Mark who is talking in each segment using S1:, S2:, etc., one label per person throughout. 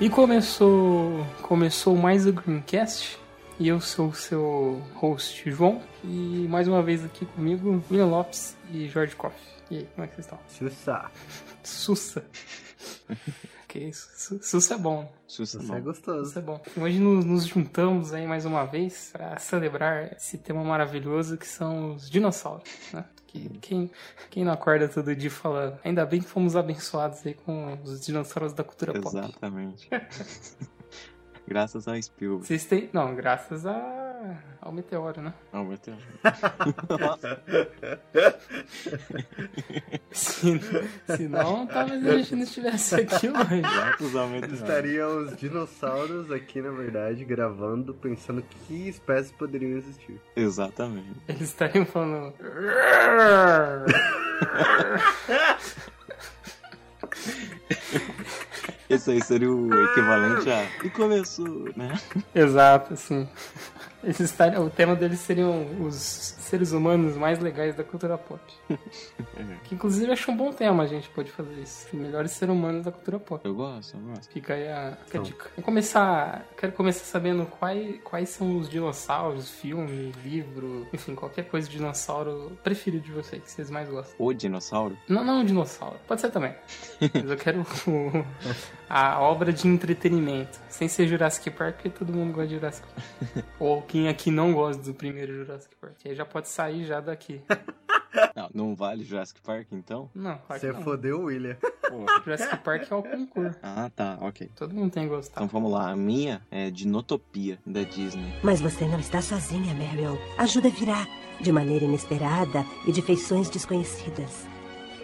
S1: E começou, começou mais o Greencast. E eu sou o seu host, João. E mais uma vez aqui comigo, William Lopes e Jorge Koff. E aí, como é que vocês estão?
S2: Sussa.
S1: Sussa. que isso? Su- Sussa é bom. né?
S3: Sussa,
S2: Isso é
S3: não.
S2: gostoso.
S1: Sussa é bom. Hoje nos, nos juntamos aí mais uma vez para celebrar esse tema maravilhoso que são os dinossauros, né? Que quem, quem não acorda todo dia fala, ainda bem que fomos abençoados aí com os dinossauros da cultura pop.
S3: Exatamente. Graças a Spielberg.
S1: Vocês têm. Não, graças a... ao meteoro, né?
S3: Não, vai ter.
S1: Se, se não, talvez a gente não estivesse aqui hoje.
S3: Graças ao meteoro.
S2: Estariam os dinossauros aqui, na verdade, gravando, pensando que espécies poderiam existir.
S3: Exatamente.
S1: Eles estariam falando.
S3: Esse aí seria o equivalente a. E começou, né?
S1: Exato, assim. Eles estariam, o tema deles seriam os seres humanos mais legais da cultura pop. Que inclusive eu acho um bom tema a gente pode fazer isso. Os melhores seres humanos da cultura pop.
S3: Eu gosto, eu gosto.
S1: Fica aí a, fica a
S2: Então.
S1: dica. Vou começar. Quero começar sabendo quais, quais são os dinossauros, filme, livro, enfim, qualquer coisa de dinossauro preferido de vocês, que vocês mais gostam.
S3: O dinossauro?
S1: Não, não um dinossauro. Pode ser também. Mas eu quero o- a obra de entretenimento. Sem ser Jurassic Park, porque todo mundo gosta de Jurassic Park. Ou quem aqui não gosta do primeiro Jurassic Park. Aí já pode sair já daqui.
S3: Não, não vale Jurassic Park então?
S1: Não, claro que
S2: Você é
S1: não.
S2: fodeu o William.
S3: Porra.
S1: Jurassic Park é o concurso.
S3: Ah, tá, ok.
S1: Todo mundo tem que gostar.
S3: Então vamos lá, a minha é Dinotopia da Disney.
S4: Mas você não está sozinha, Meryl. Ajuda virá, de maneira inesperada e de feições desconhecidas.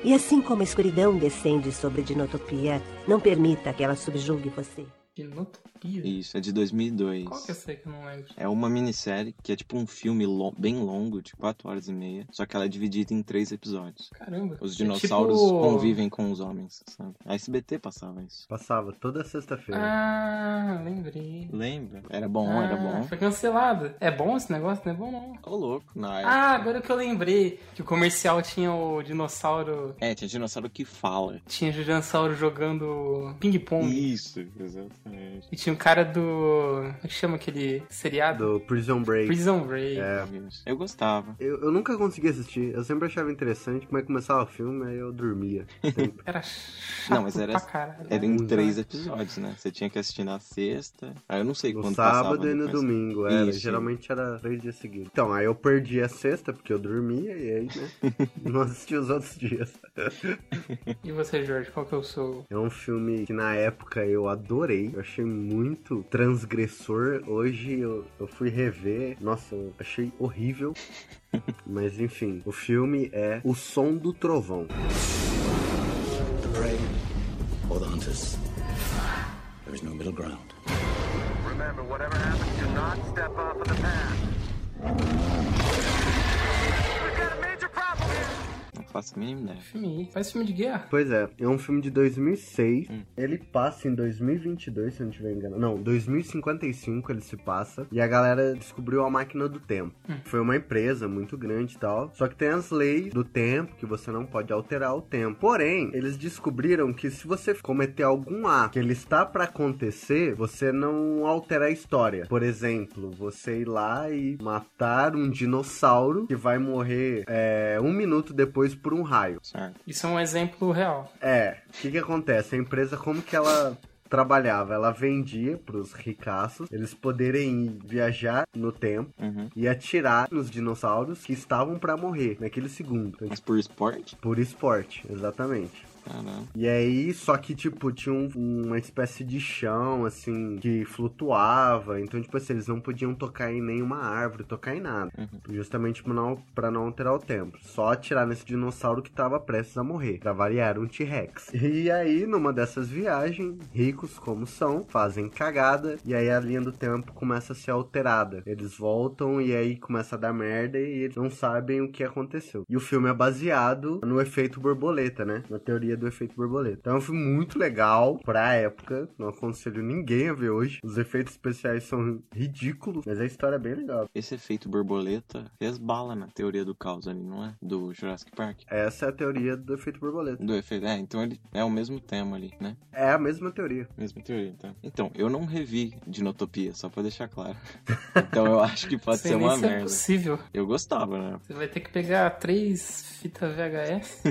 S4: E assim como a escuridão descende sobre a Dinotopia, não permita que ela subjugue você.
S1: Dinotopia.
S3: Isso, é de 2002.
S1: Qual que eu sei que eu não lembro?
S3: É uma minissérie que é tipo um filme lo- bem longo, de 4 horas e meia, só que ela é dividida em três episódios.
S1: Caramba.
S3: Os
S1: É
S3: dinossauros
S1: tipo-
S3: convivem com os homens, sabe? A SBT passava isso.
S2: Passava toda sexta-feira.
S1: Ah, lembrei.
S3: Lembra? Era bom,
S1: Ah,
S3: era bom.
S1: Foi cancelado. É bom esse negócio? Não é bom, não.
S3: Ô louco, na época.
S1: Ah, agora que eu lembrei que o comercial tinha o dinossauro.
S3: É, tinha dinossauro que fala.
S1: Tinha o dinossauro jogando ping-pong.
S3: Isso, exatamente.
S1: E tinha o cara do. Como é que chama aquele seriado?
S2: Do Prison Break.
S1: Ah. Prison Break.
S2: É.
S3: Eu gostava.
S2: Eu, eu nunca consegui assistir. Eu sempre achava interessante como é que começava o filme, aí eu dormia. Sempre.
S1: Era chato
S3: Não, mas era-
S1: pra caralho.
S3: Era em
S2: Exato.
S3: três episódios, né? Você tinha que assistir na sexta. Aí eu não sei
S2: No
S3: quando
S2: sábado
S3: passava.
S2: e no
S3: depois.
S2: domingo, era.
S3: Isso.
S2: Geralmente era três dias seguidos. Então, aí eu perdi a sexta, porque eu dormia, e aí, né? não assisti os outros dias.
S1: E você, Jorge, qual que eu sou?
S2: É um filme que na época eu adorei, eu achei muito transgressor. Hoje eu, eu fui rever, nossa, eu achei horrível. Mas enfim, o filme é O Som do Trovão.
S5: or the hunters. There is no middle ground.
S6: Remember, whatever happens, do not step off of the path. We've got a major problem here.
S3: Não faço a mínima ideia.
S1: Filme aí. Faz filme de guerra.
S2: Pois é, é um filme de 2006. Ele passa em 2022, se eu não estiver enganado. Não, 2055 ele se passa. E a galera descobriu a máquina do tempo. Foi uma empresa muito grande e tal. Só que tem as leis do tempo, que você não pode alterar o tempo. Porém, eles descobriram que se você cometer algum ato que ele está pra acontecer, você não altera a história. Por exemplo, você ir lá e matar um dinossauro que vai morrer é, um minuto depois por um raio.
S3: Certo.
S1: Isso é um exemplo real.
S2: É, o que que acontece? A empresa, como que ela trabalhava? Ela vendia pros ricaços, eles poderem ir viajar no tempo
S3: Uhum.
S2: e atirar nos dinossauros que estavam pra morrer naquele segundo.
S3: Mas por esporte?
S2: Por esporte, exatamente.
S3: Caramba.
S2: E aí, só que, tipo, tinha um- uma espécie de chão, assim, que flutuava. Então, tipo assim, eles não podiam tocar em nenhuma árvore, tocar em nada. Justamente pra não, pra não alterar o tempo. Só atirar nesse dinossauro que tava prestes a morrer. Pra variar, era um T-Rex. E aí, numa dessas viagens, ricos como são, fazem cagada. E aí a linha do tempo começa a ser alterada. Eles voltam e aí começa a dar merda e eles não sabem o que aconteceu. E o filme é baseado no efeito borboleta, né? Na teoria do efeito borboleta. Então é um filme muito legal pra época. Não aconselho ninguém a ver hoje. Os efeitos especiais são ridículos, mas a história é bem legal.
S3: Esse efeito borboleta resbala na teoria do caos ali, não é? Do Jurassic Park.
S2: Essa é a teoria do efeito borboleta.
S3: Do efeito. É, então ele é o mesmo tema ali, né?
S2: É a mesma teoria.
S3: Mesma teoria, então. Então, eu não revi Dinotopia, só pra deixar claro. Então eu acho que pode
S1: Sei
S3: ser
S1: nem
S3: uma
S1: se é
S3: merda.
S1: possível.
S3: Eu gostava, né?
S1: Você vai ter que pegar três fitas VHS.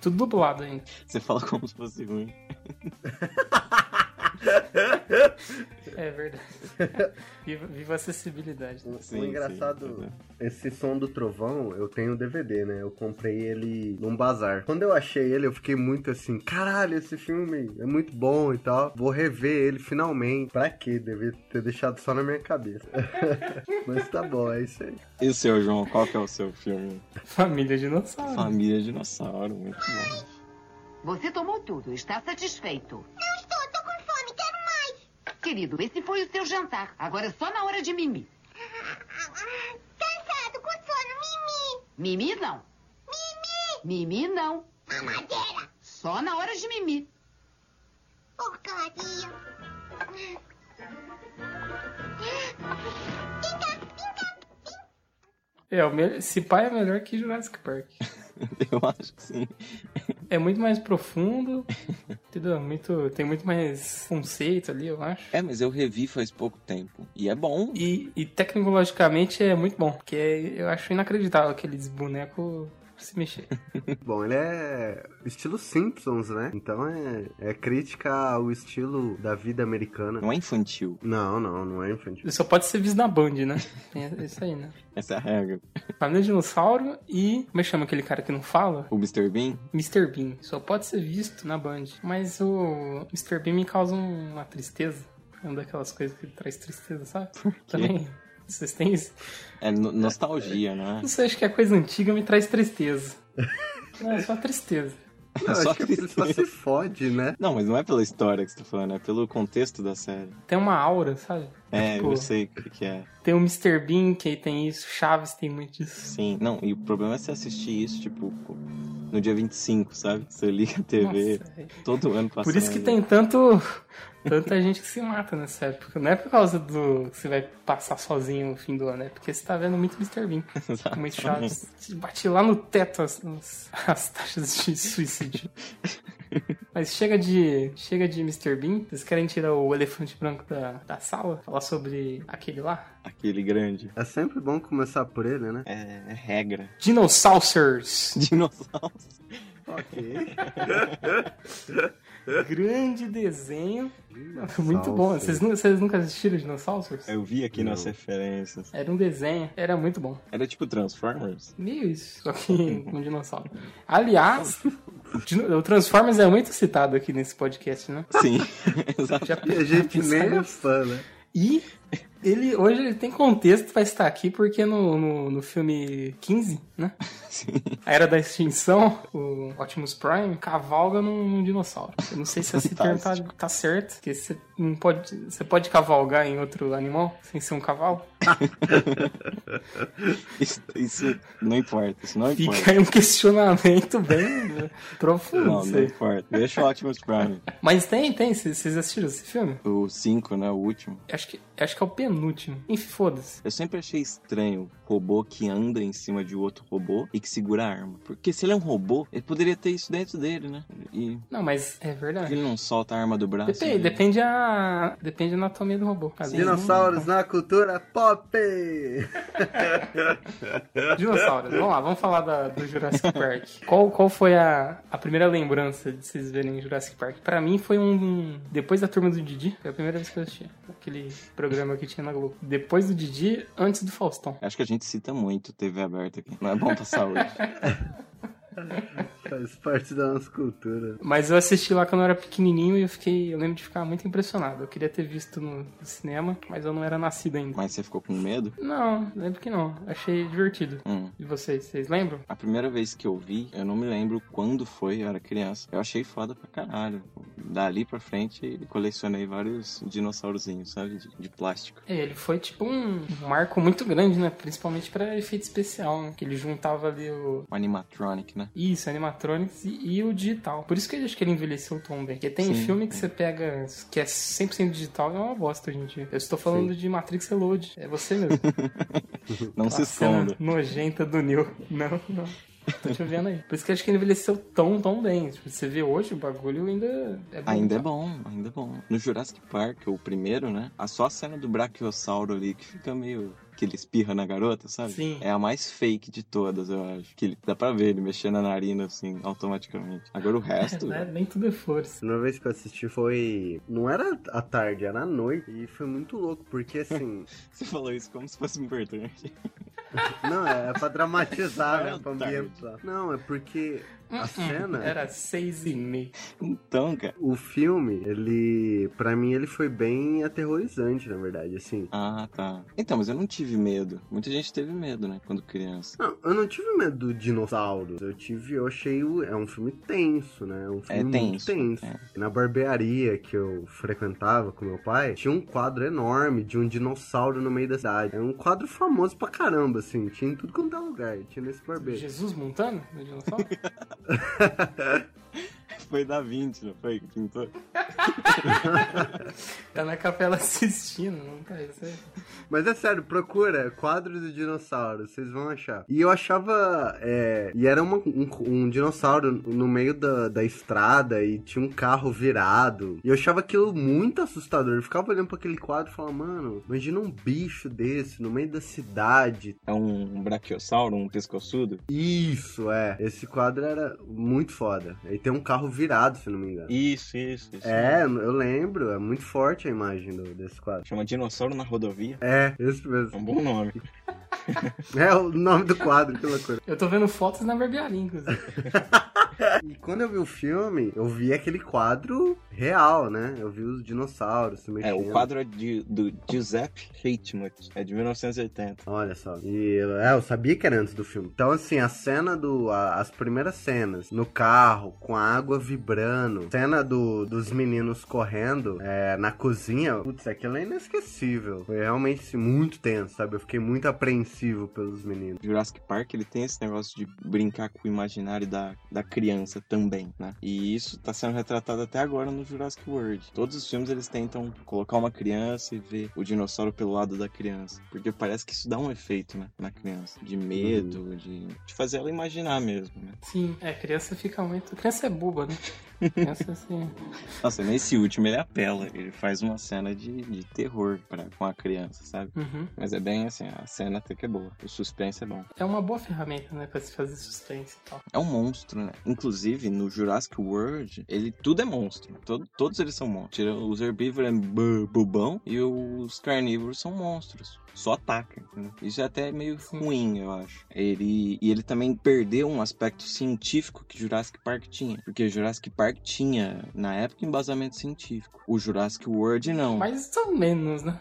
S1: tudo dublado ainda.
S3: Você fala como se fosse ruim.
S1: É verdade. viva, viva a acessibilidade.
S2: O-
S3: Sim,
S2: o
S3: sim,
S2: engraçado,
S3: uhum.
S2: esse som do trovão, eu tenho o DVD, né? Eu comprei ele num bazar. Quando eu achei ele, eu fiquei muito assim, caralho, esse filme é muito bom e tal. Vou rever ele finalmente. Pra quê? Devia ter deixado só na minha cabeça. Mas tá bom, é isso aí.
S3: E o seu, João? Qual que é o seu filme?
S1: Família Dinossauro.
S3: Família Dinossauro, muito bom.
S7: Você tomou tudo, está satisfeito.
S8: Não estou, estou com fome, quero mais.
S7: Querido, esse foi o seu jantar. Agora é só na hora de mimir.
S8: Cansado, com sono, mimi.
S7: Mimir não.
S8: Mimi,
S7: Mimir não.
S8: mamadeira,
S7: Só na hora de mimir.
S8: porcaria.
S1: É, o me... esse pai é melhor que Jurassic Park.
S3: Eu acho que sim.
S1: É muito mais profundo, entendeu? Muito, tem muito mais conceito ali, eu acho.
S3: É, mas eu revi faz pouco tempo. E é bom.
S1: E, e tecnologicamente é muito bom, porque eu acho inacreditável aqueles bonecos se mexer.
S2: Bom, ele é estilo Simpsons, né? Então é, é crítica ao estilo da vida americana.
S3: Não é infantil.
S2: Não, não, não é infantil.
S1: Só pode ser visto na Band, né? É isso aí, né?
S3: Essa é a regra.
S1: Família Dinossauro e. Como é que chama aquele cara que não fala?
S3: O Mr. Bean?
S1: Mr. Bean. Só pode ser visto na Band. Mas o Mr. Bean me causa um, uma tristeza. É uma daquelas coisas que traz tristeza, sabe? Também. Vocês têm isso?
S3: É no- nostalgia, né?
S1: Não sei, acho que a coisa antiga me traz tristeza. Não, é só tristeza.
S2: Eu
S3: Só
S2: acho que ele só se fode, né?
S3: Não, mas não é pela história que você tá falando, é pelo contexto da série.
S1: Tem uma aura, sabe?
S3: É,
S1: Tipo,
S3: eu sei o que que é.
S1: Tem o Mr. Bean que tem isso, Chaves tem muito disso.
S3: Sim. Não, e o problema é você assistir isso, tipo, no dia 25, sabe? Você liga a TV
S1: Nossa, é.
S3: todo ano passando.
S1: Por isso que tem tanto. Tanta gente que se mata nessa época. Não é por causa do que você vai passar sozinho no fim do ano, é porque você tá vendo muito Mr. Bean,
S3: Exatamente.
S1: muito Chaves. Te Bate lá no teto as, as- as taxas de suicídio. Mas chega de chega de Mr. Bean. Vocês querem tirar o elefante branco da, da sala? Falar sobre aquele lá?
S3: Aquele grande.
S2: É sempre bom começar por ele, né?
S3: É, é regra.
S1: Dinossauros!
S3: Dinossauros.
S2: Ok.
S1: Grande desenho. Muito bom. Vocês, nu- vocês nunca assistiram Dinossauros?
S3: Eu vi aqui nas
S2: Não.
S3: referências.
S1: Era um desenho, era muito bom.
S3: Era tipo Transformers?
S1: Meio isso, só que com dinossauro. Aliás, dino- o Transformers é muito citado aqui nesse podcast, né?
S3: Sim, exato.
S1: Já
S2: E a gente
S1: pensar
S2: nem é
S1: nisso.
S2: fã, né?
S1: E ele hoje ele tem contexto pra estar aqui, porque no, no, no filme 15, né?
S3: Sim.
S1: A Era da Extinção, o Optimus Prime cavalga num, num dinossauro. Eu não sei se esse termo tá,
S3: Fantástico.
S1: tá certo, porque você não pode. Você pode cavalgar em outro animal sem ser um cavalo?
S3: Isso, isso não importa, isso não importa.
S1: Fica aí um questionamento bem né, profundo.
S3: Não,
S1: isso
S3: não
S1: aí.
S3: importa. Deixa o Optimus Prime.
S1: Mas tem, tem. Vocês vocês assistiram esse filme?
S3: tipo, ah, O 5, né? O último.
S1: Acho que, acho que é o penúltimo. Enfim, foda-se.
S3: Eu sempre achei estranho robô que anda em cima de outro robô e que segura a arma. Porque se ele é um robô, ele poderia ter isso dentro dele, né? E
S1: Não, mas é
S3: por que
S1: verdade.
S3: ele não solta a arma do braço?
S1: Depende,
S3: né?
S1: depende a. Depende da anatomia do robô. Às vezes
S2: Dinossauros
S1: não-
S2: na cultura pop!
S1: Dinossauros. Vamos lá, vamos falar da- do Jurassic Park. qual, qual foi a, a primeira lembrança de vocês verem Jurassic Park? Pra mim foi um. Depois da turma do Didi, foi a primeira vez que eu assisti. Aquele programa que tinha na Globo. Depois do Didi, antes do Faustão.
S3: Acho que a gente cita muito TV aberta aqui. Não é bom pra saúde.
S2: Faz parte da nossa cultura.
S1: Mas eu assisti lá quando eu era pequenininho e eu fiquei, eu lembro de ficar muito impressionado. Eu queria ter visto no cinema, mas eu não era nascido ainda.
S3: Mas você ficou com medo?
S1: Não, lembro que não. Achei divertido.
S3: Hum.
S1: E vocês, vocês lembram?
S3: A primeira vez que eu vi, eu não me lembro quando foi, eu era criança. Eu achei foda pra caralho. Dali pra frente, colecionei vários dinossaurozinhos, sabe? De, de plástico.
S1: É, ele foi tipo um marco muito grande, né? Principalmente pra efeito especial, né? Que ele juntava ali o.
S3: Um animatronic, né?
S1: Isso, animatronics e, e o digital. Por isso que eu acho que ele envelheceu tão bem. Porque tem
S3: Sim,
S1: filme que
S3: é.
S1: você pega que é 100% digital e é uma bosta hoje em dia. Eu estou falando de Matrix Reload. É você mesmo.
S3: Não se
S1: A cena
S3: esconda.
S1: nojenta do Neil. Não, não. Tô te vendo aí. Por isso que eu acho que ele envelheceu tão, tão bem. Tipo, você vê hoje, o bagulho ainda é bom.
S3: Ainda é bom, ainda é bom. No Jurassic Park, o primeiro, né? A só a cena do Brachiosauro ali que fica meio. que ele espirra na garota, sabe?
S1: Sim.
S3: É a mais fake de todas, eu acho. Que ele, dá pra ver ele mexendo a narina assim, automaticamente. Agora o resto.
S1: É, nem tudo é força.
S2: Uma vez que eu assisti foi. Não era à tarde, era à noite. E foi muito louco, porque assim.
S3: Você falou isso como se fosse importante.
S2: não, é, pra dramatizar,
S3: Não era
S2: né? Pra
S3: à tarde.
S2: ambientar. Não, é porque a cena.
S1: Uh-uh. Era seis e meio.
S3: Então, cara.
S2: O filme, ele. Pra mim, ele foi bem aterrorizante, na verdade, assim.
S3: Ah, tá. Então, mas eu não tive medo. Muita gente teve medo, né? Quando criança.
S2: Não, eu não tive medo do dinossauro. Eu tive, eu achei. o- É um filme tenso, né? É um filme
S3: É tenso.
S2: muito tenso.
S3: é.
S2: Na barbearia que eu frequentava com meu pai, tinha um quadro enorme de um dinossauro no meio da cidade. Era um quadro famoso pra caramba, assim. Tinha em tudo quanto é lugar. Tinha nesse barbeiro.
S1: Jesus montando? no dinossauro?
S3: Foi da 20, não foi? que Pintou?
S1: tá na capela assistindo, não tá isso aí.
S2: Mas é sério, procura quadro do dinossauro, vocês vão achar. E eu achava. é, e era uma- um, um dinossauro no meio da, da estrada e tinha um carro virado. E eu achava aquilo muito assustador. Eu ficava olhando pra aquele quadro e falava, mano, imagina um bicho desse no meio da cidade
S3: É um brachiosauro, um pescoçudo?
S2: Isso, é. Esse quadro era muito foda. E tem um carro virado, se não me engano.
S3: Isso, isso, isso.
S2: É, eu lembro. É muito forte a imagem do- desse quadro.
S3: Chama Dinossauro na Rodovia.
S2: É, esse
S3: É
S2: mesmo.
S3: um bom nome.
S2: É o nome do quadro, que loucura.
S1: Eu tô vendo fotos na barbearia, inclusive.
S2: E quando eu vi o filme, eu vi aquele quadro real, né? Eu vi os dinossauros se mexendo.
S3: É, o quadro é de, do Giuseppe Hatmuth, é de 1980.
S2: Olha só. E é, eu sabia que era antes do filme. Então, assim, a cena do. a- as primeiras cenas no carro, com a água vibrando, cena do, dos meninos correndo é, na cozinha. Putz, aquilo é inesquecível. Foi realmente assim, muito tenso, sabe? Eu fiquei muito apreensivo pelos meninos.
S3: Jurassic Park, ele tem esse negócio de brincar com o imaginário da, da criança também, né? E isso tá sendo retratado até agora no Jurassic World. Todos os filmes eles tentam colocar uma criança e ver o dinossauro pelo lado da criança. Porque parece que isso dá um efeito, né? Na criança. De medo, de, de fazer ela imaginar mesmo, né?
S1: Sim, é, criança fica muito. Criança é boba, né? Criança assim.
S3: Nossa, nesse último ele apela. Ele faz uma cena de, de terror pra, com a criança, sabe?
S1: Uhum.
S3: Mas é bem assim, a cena até que é boa. O suspense é bom.
S1: É uma boa ferramenta, né? Pra se fazer suspense e tal.
S3: É um monstro, né? Inclusive, no Jurassic World, ele tudo é monstro. Todo- todos eles são monstros. Tira- Os herbívoros é bu- bobão e os carnívoros são monstros. Só ataca. entendeu? Isso é até meio
S1: Sim.
S3: ruim, eu acho. Ele, e ele também perdeu um aspecto científico que Jurassic Park tinha. Porque Jurassic Park tinha, na época, embasamento científico. O Jurassic World, não.
S1: Mais ou menos, né?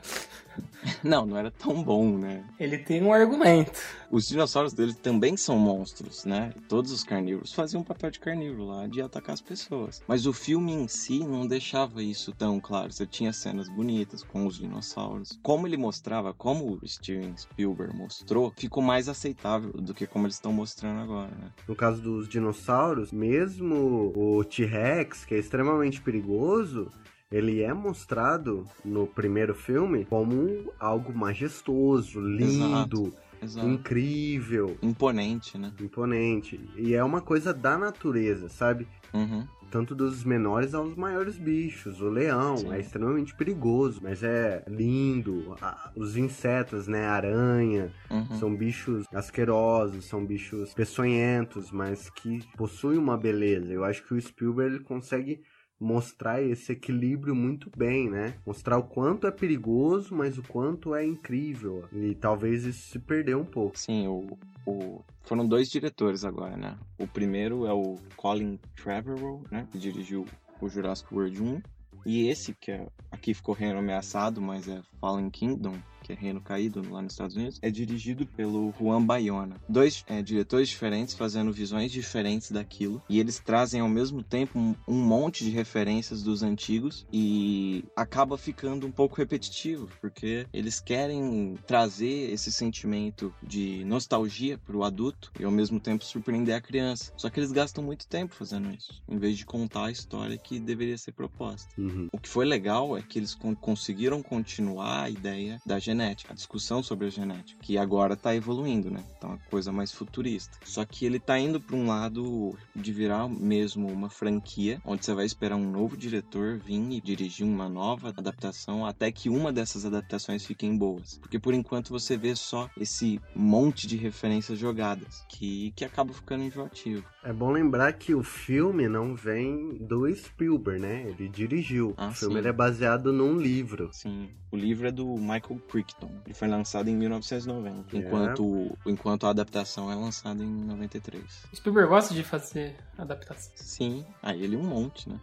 S3: Não, não era tão bom, né?
S1: Ele tem um argumento.
S3: Os dinossauros dele também são monstros, né? Todos os carnívoros faziam um papel de carnívoro lá, de atacar as pessoas. Mas o filme em si não deixava isso tão claro. Você tinha cenas bonitas com os dinossauros. Como ele mostrava, como o Steven Spielberg mostrou, ficou mais aceitável do que como eles estão mostrando agora, né?
S2: No caso dos dinossauros, mesmo o T-Rex, que é extremamente perigoso. Ele é mostrado no primeiro filme como algo majestoso, lindo,
S3: Exato.
S2: incrível.
S3: Imponente, né?
S2: imponente. E é uma coisa da natureza, sabe?
S3: Uhum.
S2: Tanto dos menores aos maiores bichos. O leão
S3: Sim.
S2: é extremamente perigoso, mas é lindo. A- Os insetos, né? A aranha.
S3: Uhum.
S2: São bichos asquerosos, são bichos peçonhentos, mas que possuem uma beleza. Eu acho que o Spielberg ele consegue mostrar esse equilíbrio muito bem, né? Mostrar o quanto é perigoso, mas o quanto é incrível. E talvez isso se perdeu um pouco.
S3: Sim, o, o... foram dois diretores agora, né? O primeiro é o Colin Trevorrow, né? Que dirigiu o Jurassic World 1. E esse, que é, aqui ficou reino ameaçado, mas é Fallen Kingdom, que é Reino Caído lá nos Estados Unidos, é dirigido pelo Juan Bayona. Dois é, diretores diferentes fazendo visões diferentes daquilo e eles trazem ao mesmo tempo um, um, monte de referências dos antigos e acaba ficando um pouco repetitivo porque eles querem trazer esse sentimento de nostalgia para o adulto e ao mesmo tempo surpreender a criança. Só que eles gastam muito tempo fazendo isso, em vez de contar a história que deveria ser proposta.
S2: Uhum.
S3: O que foi legal é que eles conseguiram continuar a ideia da gente genética, a discussão sobre a genética, que agora tá evoluindo, né? Então é coisa mais futurista. Só que ele tá indo para um lado de virar mesmo uma franquia, onde você vai esperar um novo diretor vir e dirigir uma nova adaptação, até que uma dessas adaptações fiquem boas. Porque por enquanto você vê só esse monte de referências jogadas, que, que acaba ficando enjoativo.
S2: É bom lembrar que o filme não vem do Spielberg, né? Ele dirigiu.
S3: Ah,
S2: o filme
S3: sim.
S2: ele é baseado num livro.
S3: Sim. O livro é do Michael Crichton. Ele foi lançado em 1990,
S2: É.
S3: enquanto, enquanto a adaptação é lançada em 93.
S1: O Spielberg gosta de fazer adaptação.
S3: Sim, aí ele um monte, né?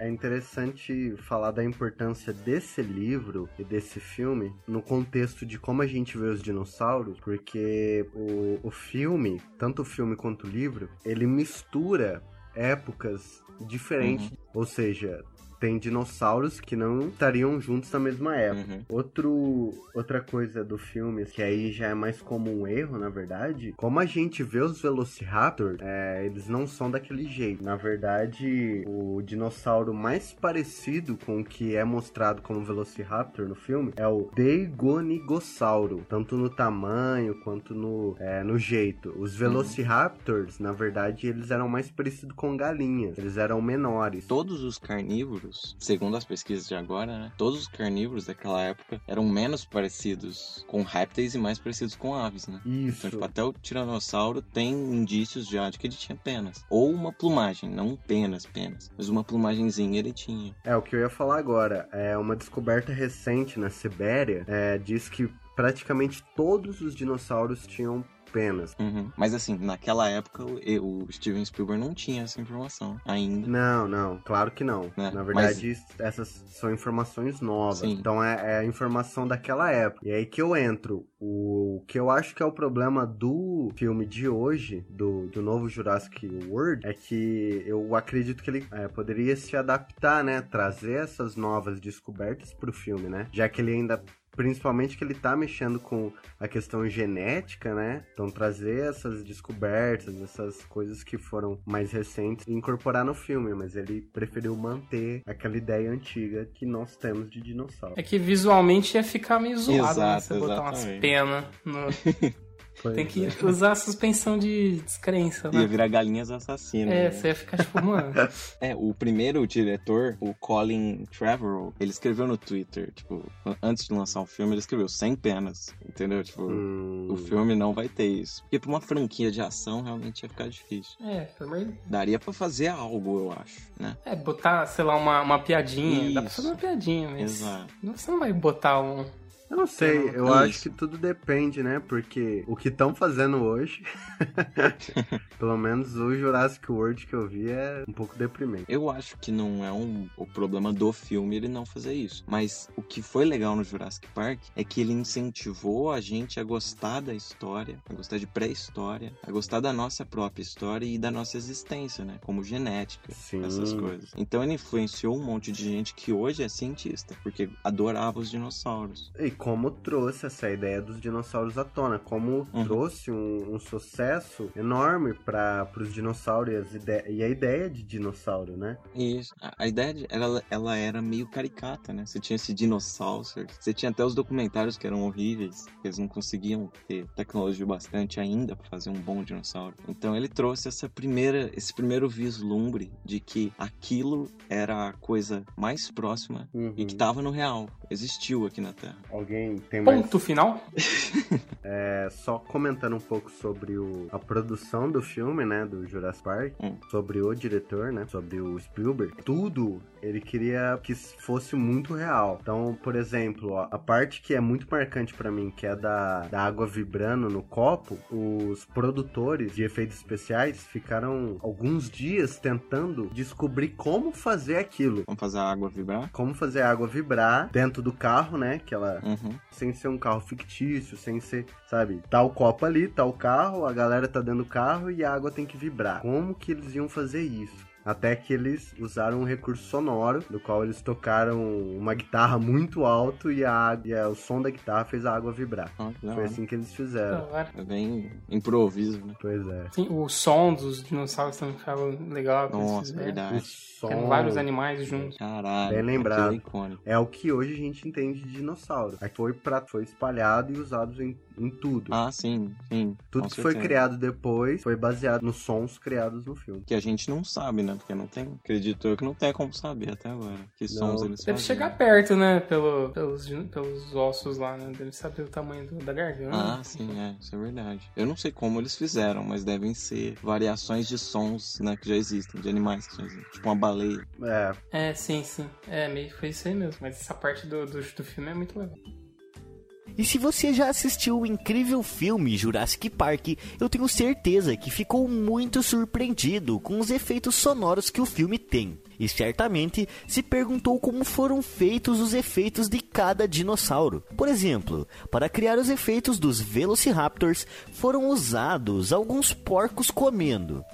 S2: É interessante falar da importância desse livro e desse filme no contexto de como a gente vê os dinossauros, porque o, o filme, tanto o filme quanto o livro, ele mistura épocas diferentes. Ou seja, tem dinossauros que não estariam juntos na mesma época.
S3: Uhum.
S2: Outro, outra coisa do filme, que aí já é mais como um erro, na verdade, como a gente vê os Velociraptor, é, eles não são daquele jeito. Na verdade, o dinossauro mais parecido com o que é mostrado como Velociraptor no filme é o Deigonigossauro, tanto no tamanho quanto no, é, no jeito. Os Velociraptors, na verdade, eles eram mais parecidos com galinhas, eles eram menores.
S3: Todos os carnívoros, segundo as pesquisas de agora, né? Todos os carnívoros daquela época eram menos parecidos com répteis e mais parecidos com aves, né? Então,
S2: Isso.
S3: tipo, até o tiranossauro tem indícios já de que ele tinha penas. Ou uma plumagem, não penas, penas. Mas uma plumagenzinha ele tinha.
S2: É, o que eu ia falar agora. É uma descoberta recente na Sibéria é, diz que praticamente todos os dinossauros tinham penas.
S3: Uhum. Mas assim, naquela época o- e- o Steven Spielberg não tinha essa informação ainda.
S2: Não, não, claro que não.
S3: É,
S2: Na verdade, essas são informações novas.
S3: Sim.
S2: Então é, é a informação daquela época. E aí que eu entro. O, o que eu acho que é o problema do filme de hoje, do, do novo Jurassic World, é que eu acredito que ele é, poderia se adaptar, né? Trazer essas novas descobertas pro filme, né? Já que ele ainda. Principalmente que ele tá mexendo com a questão genética, né? Então trazer essas descobertas, essas coisas que foram mais recentes e incorporar no filme, mas ele preferiu manter aquela ideia antiga que nós temos de dinossauro.
S1: É que visualmente ia ficar meio zoado, né?
S3: Exato,
S1: Você botar umas
S3: exatamente.
S1: penas. no-
S2: Pois
S1: Tem que
S2: é.
S1: usar a suspensão de descrença,
S3: Ia
S1: né?
S3: virar galinhas assassinas.
S1: É,
S3: né?
S1: você ia ficar tipo, mano,
S3: É, o primeiro diretor, o Colin Trevorrow, ele escreveu no Twitter, tipo, antes de lançar o filme, ele escreveu sem penas, entendeu? Tipo,
S2: Hum,
S3: o filme não vai ter isso. Porque pra uma franquia de ação realmente ia ficar difícil.
S1: é, pelo amor de Deus.
S3: Daria pra fazer algo, eu acho, né?
S1: é, botar, sei lá, uma, uma piadinha. Dá pra
S3: Isso.
S1: fazer uma piadinha, mas.
S3: Exato.
S1: não- Você não vai botar um.
S2: Eu não
S1: É
S2: sei, eu
S3: Isso.
S2: acho que tudo depende, né? Porque o que estão fazendo hoje, pelo menos o Jurassic World que eu vi é um pouco deprimente.
S3: Eu acho que não é um, o problema do filme ele não fazer isso. Mas o que foi legal no Jurassic Park é que ele incentivou a gente a gostar da história, a gostar de pré-história, a gostar da nossa própria história e da nossa existência, né? Como genética,
S2: Sim.
S3: essas coisas. Então ele influenciou um monte de gente que hoje é cientista, porque adorava os dinossauros.
S2: E como trouxe essa ideia dos dinossauros à tona, como
S3: Uhum.
S2: trouxe um, um sucesso enorme para os dinossauros e, as ide- e a ideia de dinossauro, né?
S3: E isso, a, a ideia de- ela, ela era meio caricata, né? Você tinha esse dinossauro, você tinha até os documentários que eram horríveis, que eles não conseguiam ter tecnologia bastante ainda para fazer um bom dinossauro. Então ele trouxe essa primeira, esse primeiro vislumbre de que aquilo era a coisa mais próxima
S2: Uhum.
S3: tá e que tava no real, existiu aqui na Terra.
S2: Ao alguém tem mais.
S1: Ponto final.
S2: É, só comentando um pouco sobre o- a produção do filme, né, do Jurassic Park,
S3: Hum.
S2: sobre o diretor, né, sobre o Spielberg. Tudo ele queria que s- fosse muito real. Então, por exemplo, ó, a parte que é muito marcante pra mim, que é da, da água vibrando no copo, os produtores de efeitos especiais ficaram alguns dias tentando descobrir como fazer aquilo.
S3: Vamos fazer a água vibrar?
S2: Como fazer a água vibrar dentro do carro, né? Que ela
S3: Uhum.
S2: sem ser um carro fictício, sem ser, sabe, tá o copo ali, tá o carro, a galera tá dentro do carro e a água tem que vibrar. Como que eles iam fazer isso? Até que eles usaram um recurso sonoro, do qual eles tocaram uma guitarra muito alto e, a, e a- o som da guitarra fez a água vibrar.
S3: Ó, Ah, que da
S2: Foi
S3: hora.
S2: assim que eles fizeram.
S1: Agora,
S3: É bem improviso, né?
S2: Pois é.
S1: sim, o som dos dinossauros também ficava legal. que
S2: assim
S1: eles
S3: Nossa,
S1: fizeram.
S2: O
S3: verdade.
S1: Eram
S2: som.
S1: vários animais juntos.
S3: Caralho.
S2: Bem lembrado.
S3: aquilo é icônico.
S2: É o que hoje a gente entende de dinossauro. Aí Foi, pra, foi espalhado e usado em, em tudo.
S3: Ah, sim, sim.
S2: tudo
S3: com
S2: que foi
S3: certeza.
S2: criado depois foi baseado nos sons criados no filme.
S3: Que a gente não sabe, né? Porque não tem. Acredito eu que não tem como saber até agora. Que sons eles
S1: Deve
S3: faziam.
S1: chegar perto, né? Pelo, pelos, pelos ossos lá, né? Deve saber o tamanho do- da garganta.
S3: Ah, sim, é, isso é verdade. Eu não sei como eles fizeram, mas devem ser variações de sons, né, que já existem, de animais que já existem. Tipo uma baleia.
S2: É,
S1: É, sim, sim. É, meio que foi isso aí mesmo. Mas essa parte do, do, do filme é muito legal.
S9: E se você já assistiu o incrível filme Jurassic Park, eu tenho certeza que ficou muito surpreendido com os efeitos sonoros que o filme tem. E certamente se perguntou como foram feitos os efeitos de cada dinossauro. Por exemplo, para criar os efeitos dos Velociraptors, foram usados alguns porcos comendo.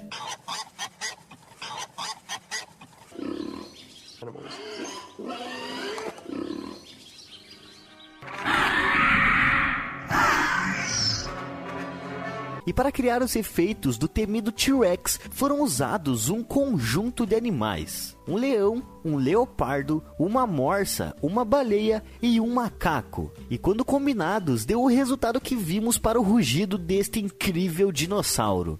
S9: E para criar os efeitos do temido T-Rex, foram usados um conjunto de animais: um leão, um leopardo, uma morsa, uma baleia e um macaco. E quando combinados, deu o resultado que vimos para o rugido deste incrível dinossauro.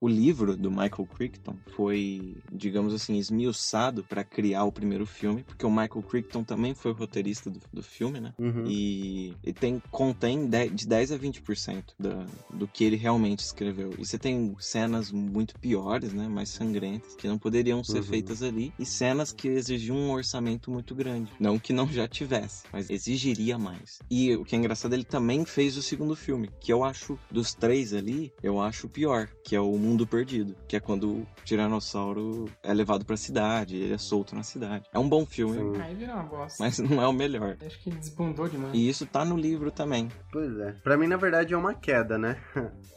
S3: O livro do Michael Crichton foi, digamos assim, esmiuçado pra criar o primeiro filme, porque o Michael Crichton também foi o roteirista do, do filme, né?
S2: uhum.
S3: E, e tem, contém de, de 10 a 20% da, do que ele realmente escreveu. E você tem cenas muito piores, né? Mais sangrentas, que não poderiam ser
S2: Uhum.
S3: feitas ali. E cenas que exigiam um orçamento muito grande. Não que não já tivesse, mas exigiria mais. E o que é engraçado, ele também fez o segundo filme, que eu acho, dos três ali, eu acho o pior, que é o Mundo Perdido, que é quando o Tiranossauro é levado pra cidade, ele é solto na cidade. É um bom filme,
S2: Sim.
S1: Aí virou uma bosta.
S3: mas não é o melhor.
S1: Acho que desbundou demais.
S3: E isso tá no livro também.
S2: Pois é. Pra mim, na verdade, é uma queda, né?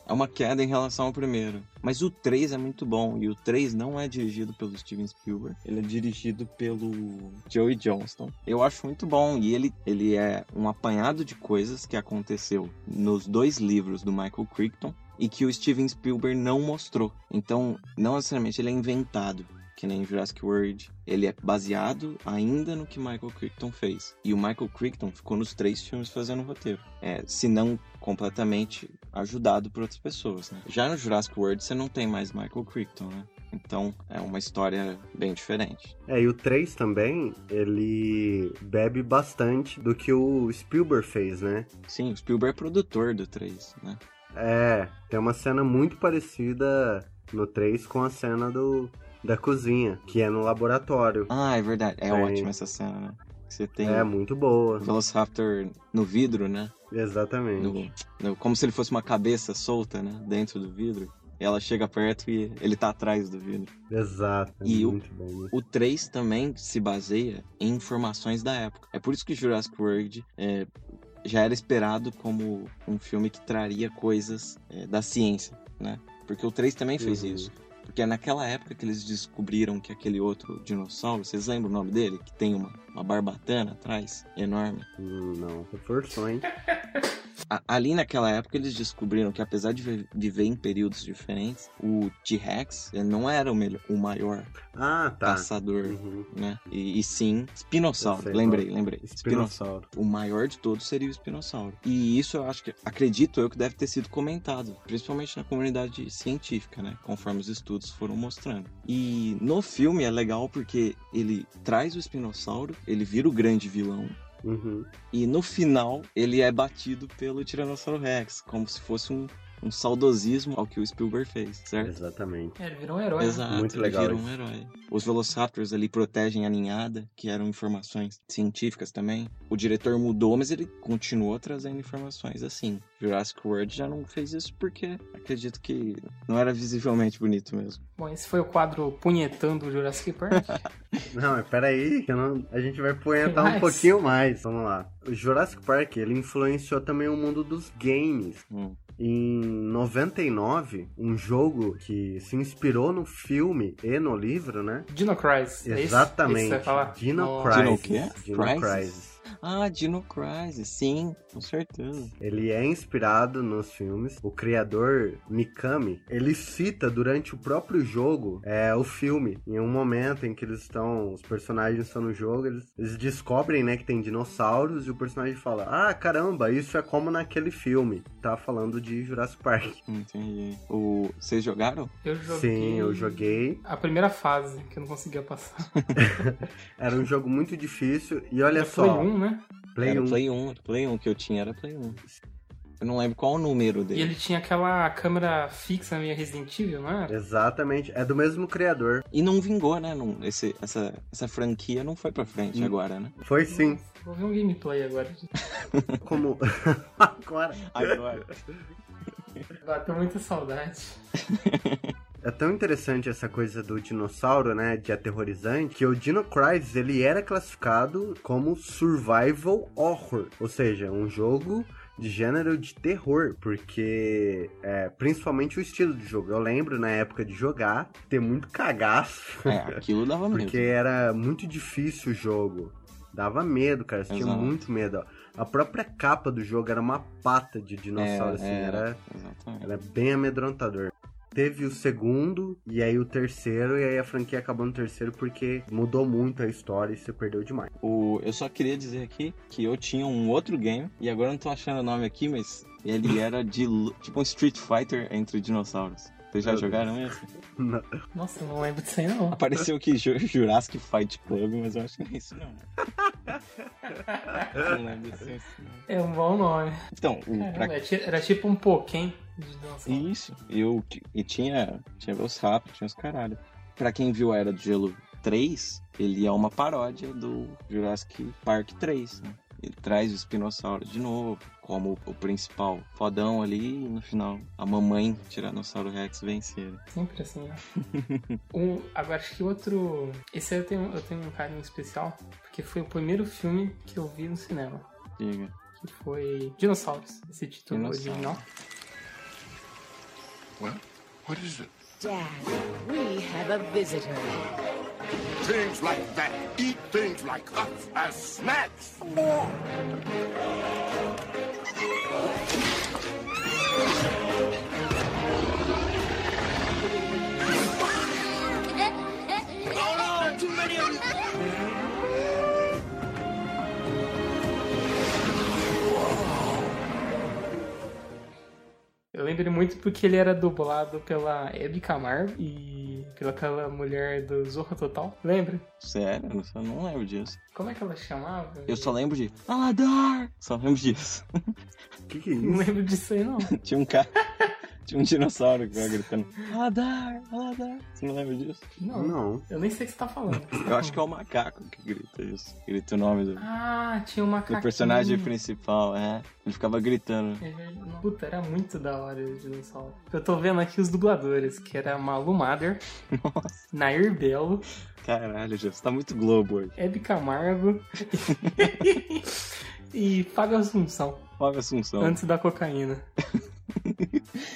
S3: É uma queda em relação ao primeiro. Mas o 3 é muito bom. E o 3 não é dirigido pelo Steven Spielberg. Ele é dirigido pelo Joey Johnston. Eu acho muito bom. E ele, ele é um apanhado de coisas que aconteceu nos dois livros do Michael Crichton. E que o Steven Spielberg não mostrou. Então, não necessariamente ele é inventado. Que nem Jurassic World. Ele é baseado ainda no que Michael Crichton fez. E o Michael Crichton ficou nos três filmes fazendo o roteiro. É, se não completamente ajudado por outras pessoas, né? Já no Jurassic World você não tem mais Michael Crichton, né? Então é uma história bem diferente.
S2: É, e o 3 também, ele bebe bastante do que o Spielberg fez, né?
S3: Sim, o Spielberg é produtor do 3, né?
S2: É, tem uma cena muito parecida no 3 com a cena do da cozinha, que é no laboratório.
S3: Ah, é verdade. É
S2: Sim.
S3: ótima essa cena, né? Você tem
S2: É
S3: o
S2: muito boa.
S3: Velociraptor no vidro, né?
S2: Exatamente.
S3: No- no- como se ele fosse uma cabeça solta, né? Dentro do vidro. E ela chega perto e ele tá atrás do vidro.
S2: Exato. é
S3: E o-
S2: muito bom.
S3: O 3 também se baseia em informações da época. É por isso que Jurassic World é, já era esperado como um filme que traria coisas é, da ciência, né? Porque o 3 também fez
S2: Uhum.
S3: isso. Porque é naquela época que eles descobriram que aquele outro dinossauro, vocês lembram o nome dele? Que tem uma, uma barbatana atrás, enorme.
S2: Hum, Não, reforçou, hein?
S3: A- ali naquela época eles descobriram que apesar de vi- viver em períodos diferentes, o T-Rex ele não era o, melhor, o maior
S2: Ah, tá.
S3: caçador,
S2: Uhum.
S3: né? E, e sim, espinossauro.
S2: Eu sei,
S3: lembrei,
S2: qual-
S3: lembrei.
S2: Espinossauro.
S3: O maior de todos seria o espinossauro. E isso eu acho que, acredito eu, que deve ter sido comentado, principalmente na comunidade científica, né? Conforme os estudos foram mostrando. E no filme é legal porque ele traz o espinossauro, ele vira o grande vilão.
S2: Uhum.
S3: E no final ele é batido pelo Tiranossauro Rex, como se fosse um, um saudosismo ao que o Spielberg fez, certo?
S2: Exatamente.
S1: É, ele virou um herói. né?
S3: Exato,
S2: Muito
S3: ele
S2: legal
S3: vira
S2: isso.
S3: um herói. Os Velociraptors ali protegem a ninhada, que eram informações científicas também. O diretor mudou, mas ele continuou trazendo informações assim. Jurassic World já não fez isso porque acredito que não era visivelmente bonito mesmo.
S1: Bom, esse foi o quadro punhetando o Jurassic Park.
S2: Não, mas peraí, que eu não- a gente vai poentar
S1: mais?
S2: um pouquinho mais. Vamos lá. O Jurassic Park, ele influenciou também o mundo dos games.
S3: Hum.
S2: Em 99, um jogo que se inspirou no filme e no livro, né?
S1: Dino Crisis. é isso?
S2: Exatamente.
S1: Isso que você vai falar?
S2: Dino
S1: Nossa.
S3: Dino o
S2: Crisis.
S3: quê?
S2: Dino
S3: Crisis?
S2: Crisis.
S3: Ah, Dino Crisis, sim, com certeza.
S2: Ele é inspirado nos filmes. O criador Mikami, ele cita durante o próprio jogo é, o filme. Em um momento em que eles estão, os personagens estão no jogo, eles, eles descobrem, né, que tem dinossauros e o personagem fala: Ah, caramba, isso é como naquele filme. Tá falando de Jurassic Park.
S3: Hum, Entendi. O... Vocês jogaram?
S1: Eu joguei... um-
S2: Sim, eu joguei.
S1: A primeira fase, que eu não conseguia passar.
S2: Era um jogo muito difícil. E olha
S1: Era Play
S2: só,
S1: 1, né?
S2: Play
S3: era
S2: 1.
S3: Play 1, era Play 1 que eu tinha era Play 1. Eu não lembro qual o número
S1: E
S3: dele.
S1: ele tinha aquela câmera fixa meio Resident Evil, não
S3: um.
S1: era?
S2: Exatamente, é do mesmo criador.
S3: E não vingou, né? Não- esse- essa, essa franquia não foi pra frente
S2: Hum.
S3: agora, né?
S2: Foi sim.
S1: Vou ver um gameplay agora.
S2: Como. Agora.
S3: Agora.
S1: Bateu muita saudade.
S2: É tão interessante essa coisa do dinossauro, né, de aterrorizante, que o Dino Crisis, ele era classificado como survival horror, ou seja, um jogo de gênero de terror, porque é, principalmente o estilo do jogo. Eu lembro na época de jogar, ter muito cagaço,
S3: É, aquilo dava medo.
S2: porque era muito difícil o jogo. Dava medo, cara, você tinha
S3: Exato.
S2: muito medo. ó. A própria capa do jogo era uma pata de dinossauro,
S3: É,
S2: assim,
S3: era.
S2: era
S3: Exatamente.
S2: ela é bem amedrontador. Teve o segundo, e aí o terceiro, e aí a franquia acabou no terceiro porque mudou muito a história e você perdeu demais.
S3: O, eu só queria dizer aqui que eu tinha um outro game, e agora eu não tô achando o nome aqui, mas ele era de lu- tipo um Street Fighter entre dinossauros. Vocês já
S2: Meu
S3: jogaram esse?
S1: Nossa, eu não lembro disso aí, não.
S3: Apareceu aqui Ju- Jurassic Fight Club, mas eu acho que não é isso não. não lembro se é isso não.
S1: É um bom nome.
S3: Então, o- pra
S1: Caramba, era ti- Era tipo um Pokémon de dança.
S3: Isso. Eu, e tinha, tinha os rápidos, tinha os caralho. Pra quem viu a Era do Gelo 3, ele é uma paródia do Jurassic Park 3, né? Ele traz o espinossauro de novo, como o principal fodão ali, e no final a mamãe Tiranossauro Rex vencer.
S1: Sempre assim, né? um, agora, acho que outro... Esse aí eu tenho, eu tenho um carinho especial, porque foi o primeiro filme que eu vi no cinema.
S3: Diga.
S1: que foi Dinossauros, esse título
S3: Dinossauro.
S1: original.
S10: Dad, we have a visitor.
S5: Things like that eat things like us as snacks.
S1: Eu lembro muito porque ele era dublado pela Hebe Camargo e pela aquela mulher do Zorra Total. Lembra?
S3: Sério? Eu só não lembro disso.
S1: Como é que ela chamava?
S3: Eu só lembro de Aladar! Só lembro disso.
S2: O que, que é
S1: não
S2: isso?
S1: lembro disso aí, não.
S3: tinha um cara. Tinha um dinossauro que tava gritando Aladar! Aladar! Você não lembra disso?
S1: Não.
S2: Não.
S1: Eu nem sei o que você tá falando.
S3: Eu acho que é o macaco que grita isso. Grita o nome do,
S1: Ah, tinha uma
S3: do personagem principal, é. Ele ficava gritando.
S1: É Puta, era muito da hora o dinossauro. Eu tô vendo aqui os dubladores, que era Malu Mader,
S3: Nossa,
S1: Nair Belo,
S3: caralho, já você tá muito globo hoje.
S1: Hebe Camargo e Fábio Assunção,
S3: Então. Fábio é Assunção.
S1: antes da cocaína.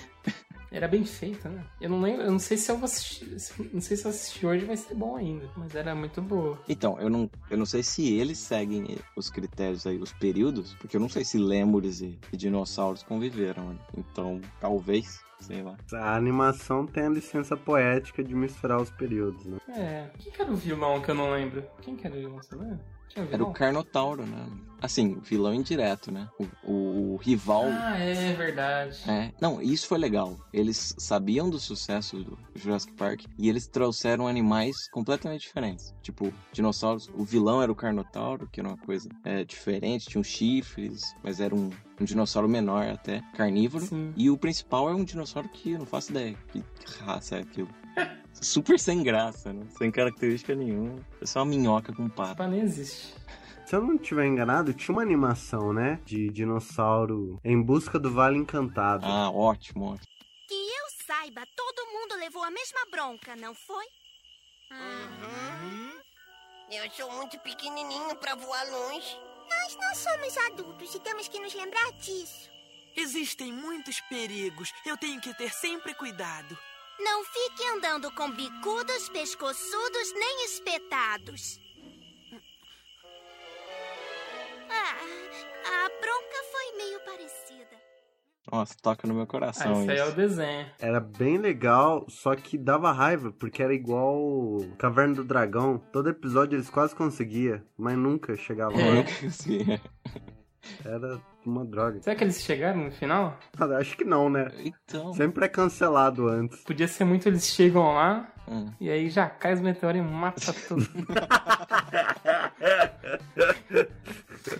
S1: Era bem feita, né? Eu não lembro, eu não sei se eu vou assistir. se- Não sei se eu assisti hoje vai ser bom ainda. Mas era muito boa.
S3: Então, eu não, eu não sei se eles seguem os critérios aí, os períodos, porque eu não sei se lêmures e, e dinossauros conviveram. né? Então, talvez, sei lá.
S2: A animação tem a licença poética de misturar os períodos, né?
S1: É. Quem que era o vilão que eu não lembro? Quem que era o vilão? Você lembra? Tinha
S3: Era
S1: vilão?
S3: o Carnotauro, né? Assim, vilão indireto, né? O, o- o rival.
S1: Ah, é verdade.
S3: É. Não, isso foi legal. Eles sabiam do sucesso do Jurassic Park e eles trouxeram animais completamente diferentes. Tipo, dinossauros. O vilão era o Carnotauro, que era uma coisa é, diferente, tinha uns chifres, mas era um, um dinossauro menor até, carnívoro.
S1: Sim.
S3: E o principal é um dinossauro que eu não faço ideia que raça é aquilo. Super sem graça, né? Sem característica nenhuma. É só uma minhoca com pato.
S1: Pá, Tipo, nem existe.
S2: Se eu não estiver enganado, tinha uma animação, né? De dinossauro em busca do Vale Encantado.
S3: Ah, ótimo, ótimo.
S8: Que eu saiba, todo mundo levou a mesma bronca, não foi?
S11: Uhum. Eu sou muito pequenininho pra voar longe.
S8: Nós não somos adultos e temos que nos lembrar disso.
S12: Existem muitos perigos. Eu tenho que ter sempre cuidado.
S8: Não fique andando com bicudos, pescoçudos nem espetados. Ah, a bronca foi meio parecida.
S3: Nossa, toca no meu
S1: Ah,
S3: coração
S1: esse aí é o
S3: isso.
S1: desenho.
S2: Era bem legal, só que dava raiva, porque era igual Caverna do Dragão. Todo episódio eles quase conseguiam, mas nunca chegavam
S3: É.
S2: lá.
S3: Nunca conseguia.
S2: Era uma droga.
S1: Será que eles chegaram no final?
S2: Ah, Acho que não, né?
S3: Então.
S2: Sempre é cancelado antes.
S1: Podia ser muito eles chegam lá
S3: Hum.
S1: e aí já cai os meteoros e mata tudo.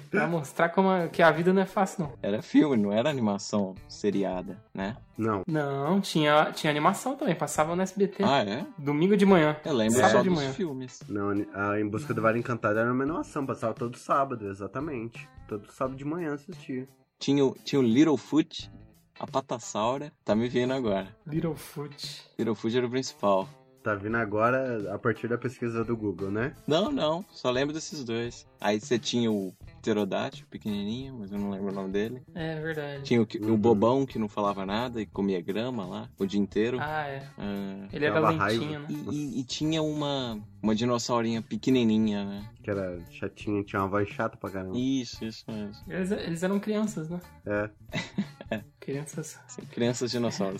S1: pra mostrar como a- que a vida não é fácil, não.
S3: Era filme, não era animação seriada, né?
S2: Não.
S1: Não, tinha, tinha animação também, passava no SBT.
S3: Ah, é?
S1: Domingo de manhã.
S3: Eu lembro
S1: Sábado
S3: só
S1: de
S3: dos
S1: manhã.
S3: filmes.
S2: Não, a Em Busca do Vale Encantado era uma animação, passava todo sábado, exatamente. Todo sábado de manhã assistia.
S3: Tinha, o- tinha o Littlefoot, a Patassaura. Tá me vendo agora.
S1: Littlefoot.
S3: Littlefoot era o principal.
S2: Tá vindo agora a partir da pesquisa do Google, né?
S3: Não, não. Só lembro desses dois. Aí você tinha o Pterodátio, pequenininho, mas eu não lembro o nome dele.
S1: É verdade.
S3: Tinha o, que- o Bobão, que não falava nada e comia grama lá o dia inteiro.
S1: Ah, é.
S3: Ah,
S1: Ele era
S2: Dava
S1: lentinho,
S2: raiva.
S1: né?
S3: e, e- e tinha uma, uma dinossaurinha pequenininha, né?
S2: Que era chatinha, tinha uma voz chata pra caramba.
S3: Isso, isso mesmo.
S1: Eles, eles eram crianças, né?
S2: É.
S1: Crianças.
S3: Assim, crianças dinossauros.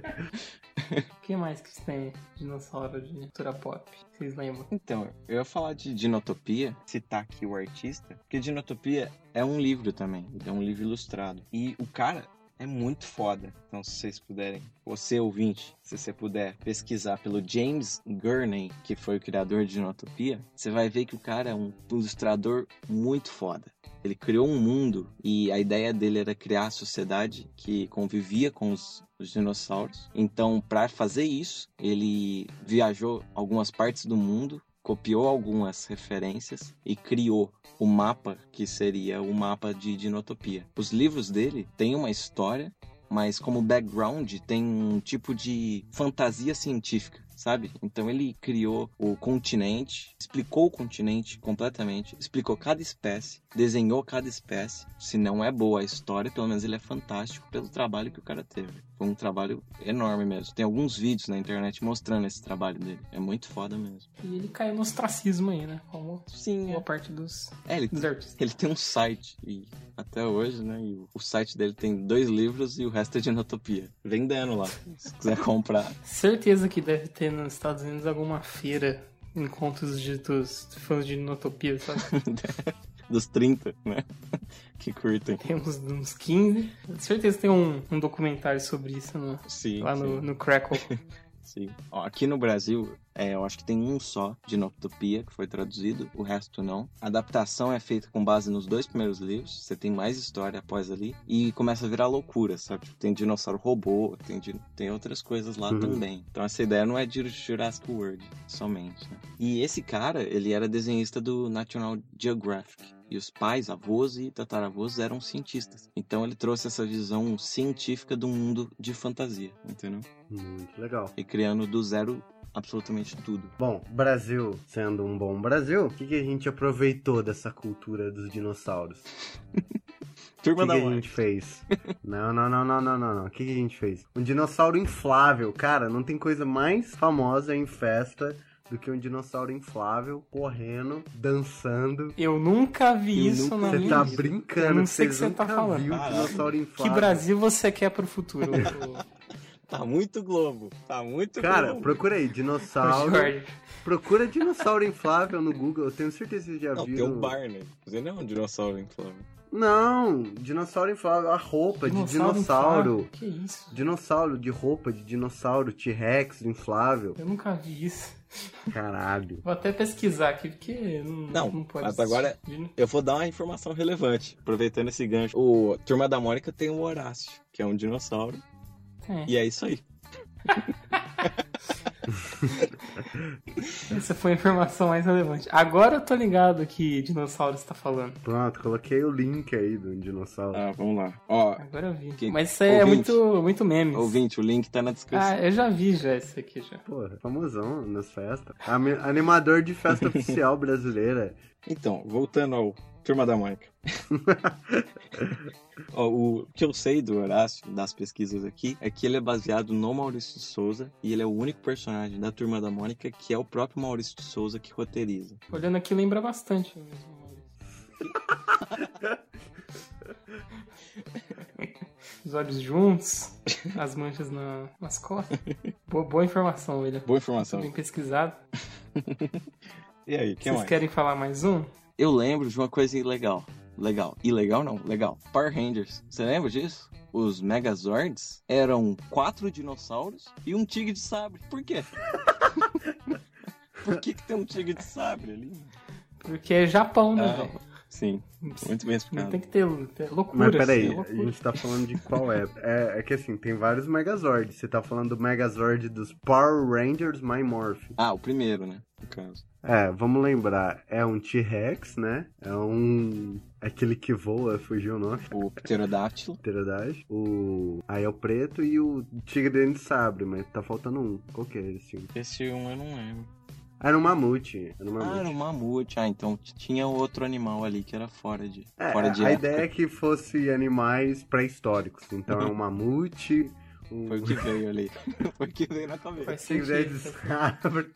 S1: O que mais que tem dinossauro de cultura pop? Vocês lembram?
S3: Então, eu ia falar de Dinotopia, citar aqui o artista, porque Dinotopia é um livro também, ele é um livro ilustrado. E o cara é muito foda. Então, se vocês puderem, você ouvinte, se você puder pesquisar pelo James Gurney, que foi o criador de Dinotopia, você vai ver que o cara é um ilustrador muito foda. Ele criou um mundo e a ideia dele era criar a sociedade que convivia com os, os dinossauros. Então, para fazer isso, ele viajou algumas partes do mundo, copiou algumas referências e criou o mapa que seria o mapa de Dinotopia. Os livros dele têm uma história, mas como background tem um tipo de fantasia científica. Sabe? Então ele criou o continente, explicou o continente completamente, explicou cada espécie, desenhou cada espécie. Se não é boa a história, pelo menos ele é fantástico pelo trabalho que o cara teve. Foi um trabalho enorme mesmo. Tem alguns vídeos na internet mostrando esse trabalho dele. É muito foda mesmo.
S1: E ele caiu no ostracismo aí, né? Como
S3: Sim,
S1: boa parte dos,
S3: É, ele
S1: dos artistas.
S3: ele tem um site, e até hoje, né? E o- o site dele tem dois livros e o resto é de Anotopia. Vendendo lá. Se quiser comprar.
S1: Certeza que deve ter nos Estados Unidos alguma feira, encontros de dos fãs de Dinotopia, sabe?
S3: Dos 30, né? Que curtem.
S1: Tem uns, uns 15. Certeza que tem um, um documentário sobre isso no-
S3: Sim.
S1: lá
S3: sim.
S1: no, no Crackle.
S3: Sim. Ó, aqui no Brasil, é, eu acho que tem um só de Noctopia que foi traduzido, o resto não. A adaptação é feita com base nos dois primeiros livros, você tem mais história após ali, e começa a virar loucura, sabe? Tipo, Tem dinossauro robô, tem, di- tem outras coisas lá
S2: Uhum.
S3: também. Então essa ideia não é de Jurassic World somente, né? E esse cara, ele era desenhista do National Geographic. E os pais, avós e tataravós eram cientistas. Então ele trouxe essa visão científica do mundo de fantasia, entendeu?
S2: Muito legal.
S3: e criando do zero absolutamente tudo.
S2: Bom, Brasil sendo um bom Brasil, o que, que a gente aproveitou dessa cultura dos dinossauros?
S3: Turma
S2: que
S3: da
S2: que a gente fez? Não, não, não, não, não, não, não. O que, que a gente fez? Um dinossauro inflável. Cara, não tem coisa mais famosa em festa do que um dinossauro inflável correndo, dançando.
S1: Eu nunca vi
S2: Eu
S1: isso
S2: nunca-
S1: na
S2: Você
S1: minha
S2: tá
S1: vida.
S2: brincando,
S1: Eu não sei o que
S2: vocês
S1: você tá
S2: nunca
S1: falando.
S2: viu um dinossauro
S1: que
S2: inflável.
S1: Brasil você quer pro futuro?
S3: Tá muito Globo. Tá muito
S2: Cara,
S3: Globo.
S2: procura aí, dinossauro.
S3: Jorge.
S2: Procura dinossauro inflável no Google, eu tenho certeza que você já
S3: Não,
S2: viu.
S3: tem um o Barney. Você não é um dinossauro inflável.
S2: Não, dinossauro inflável, a roupa
S3: Dinossauro
S2: de dinossauro.
S1: inflável? Que isso?
S2: Dinossauro de roupa de dinossauro, T-Rex, inflável.
S1: Eu nunca vi isso.
S2: Caralho.
S1: Vou até pesquisar aqui, porque não,
S3: Não,
S1: não pode
S3: mas agora
S1: existir, né?
S3: eu vou dar uma informação relevante, aproveitando esse gancho. O Turma da Mônica tem o Horácio, que é um dinossauro,
S1: É.
S3: e é isso aí.
S1: É, Essa foi a informação mais relevante. Agora eu tô ligado que dinossauro está falando.
S2: Pronto, coloquei o link aí do dinossauro.
S3: Ah, vamos lá. Ó,
S1: Agora eu vi.
S3: que-
S1: Mas isso aí é
S3: ouvinte,
S1: muito, muito meme.
S3: Ouvinte, o link tá na descrição.
S1: Ah, eu já vi já isso aqui já.
S2: Porra, famosão nas festas. Ami- Animador de festa oficial brasileira.
S3: Então, voltando ao Turma da Mônica. Ó, o que eu sei do Horácio, das pesquisas aqui, é que ele é baseado no Maurício de Souza e ele é o único personagem da Turma da Mônica que é o próprio Maurício de Souza que roteiriza.
S1: Olhando aqui lembra bastante né, mesmo. Os olhos juntos, as manchas na, nas costas. Boa, boa informação, William.
S3: Boa informação.
S1: Bem pesquisado.
S3: E aí, que
S1: Vocês
S3: mais?
S1: querem falar mais um?
S3: Eu lembro de uma coisa legal. Legal. Ilegal não, legal. Power Rangers. Você lembra disso? Os Megazords eram quatro dinossauros e um tigre de sabre. Por quê? Por que, que tem um tigre de sabre ali?
S1: Porque é Japão, né,
S3: Ah,
S1: velho?
S3: Sim, muito bem explicado.
S1: Não tem que ter, ter loucura.
S2: Mas peraí,
S1: assim, é
S2: a
S1: loucura.
S2: gente tá falando de qual é? é? É que assim, tem vários Megazords. Você tá falando do Megazord dos Power Rangers My Morph.
S3: Ah, o primeiro, né? No caso.
S2: É, vamos lembrar, é um T-Rex, né? É um. aquele que voa, fugiu o nome.
S3: O Pterodáctilo.
S2: Pterodáctilo. O. Aí é o preto e o Tigre Dente de Sabre, mas tá faltando um. Qual que é esse?
S3: Esse um eu não lembro.
S2: Era um mamute. Era um mamute.
S3: Ah, era um mamute. Ah, então t- tinha outro animal ali que era fora de.
S2: É,
S3: fora de
S2: a
S3: época.
S2: ideia é que fosse animais pré-históricos. Então é um mamute, um
S3: Foi o que veio ali. Foi o que veio na cabeça.
S2: tigre de sabre.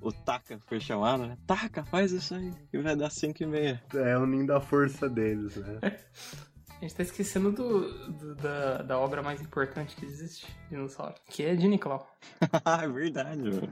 S3: O Taka foi chamado, né? Taka, faz isso aí, que vai dar 5 e meia.
S2: É o ninho da força deles, né?
S1: A gente tá esquecendo do, do- da, da obra mais importante que existe, Dinossauro, que é Dini Claw.
S3: ah, é verdade, mano.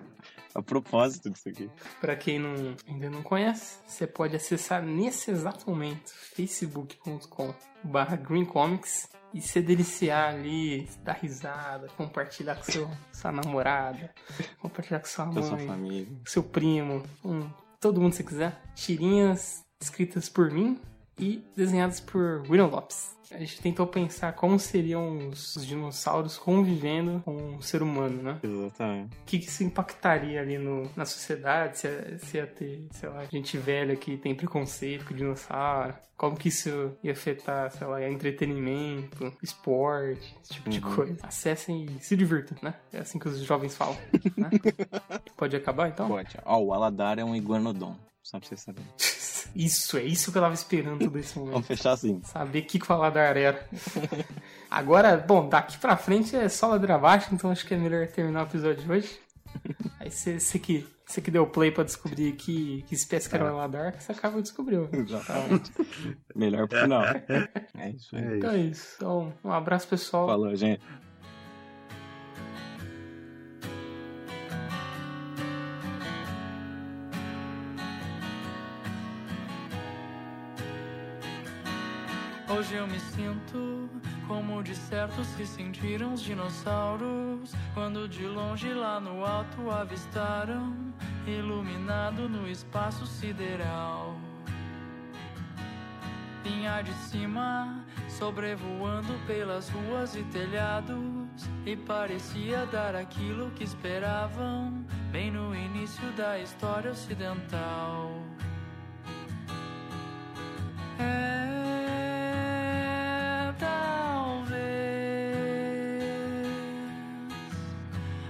S3: A propósito disso aqui.
S1: Pra quem não, ainda não conhece, você pode acessar nesse exato momento facebook.com barra greencomics e se deliciar ali, dar risada, compartilhar com seu, sua namorada, compartilhar com sua
S3: Da sua
S1: mãe,
S3: família.
S1: com seu primo, com todo mundo que você quiser. Tirinhas escritas por mim e desenhadas por William Lopes. A gente tentou pensar como seriam os dinossauros convivendo com o ser humano, né?
S3: Exatamente.
S1: o que, que isso impactaria ali no, na sociedade, se, ia- se ia ter, sei lá, gente velha que tem preconceito com dinossauro, como que isso ia afetar, sei lá, entretenimento, esporte, esse tipo de
S3: Uhum.
S1: coisa. Acessem e se divirtam, né? É assim que os jovens falam, né? Pode acabar, então?
S3: Pode. Tá Ó, o Aladar é um iguanodon. Só pra vocês saberem.
S1: Isso, é isso que eu tava esperando todo esse
S3: Vamos
S1: momento.
S3: fechar assim.
S1: Saber o que que falar da arera. Agora, bom, daqui pra frente é só ladeira abaixo, então acho que é melhor terminar o episódio de hoje. Aí você você que, você que deu play pra descobrir que, que espécie que era o Aladar, você acaba descobrindo.
S3: Exatamente. Melhor pro final. É isso aí.
S1: Então é isso. Então, um abraço pessoal.
S3: Falou, gente.
S13: Hoje eu me sinto como de certos que sentiram os dinossauros quando de longe lá no alto avistaram, iluminado no espaço sideral. Vinha de cima, sobrevoando pelas ruas e telhados, e parecia dar aquilo que esperavam, bem no início da história ocidental. É talvez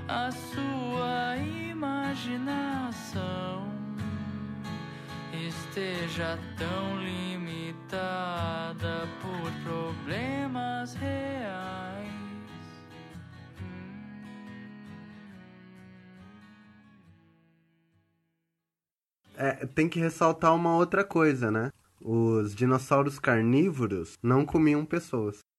S13: a sua imaginação esteja tão limitada
S2: É, tem que ressaltar uma outra coisa, né? Os dinossauros carnívoros não comiam pessoas.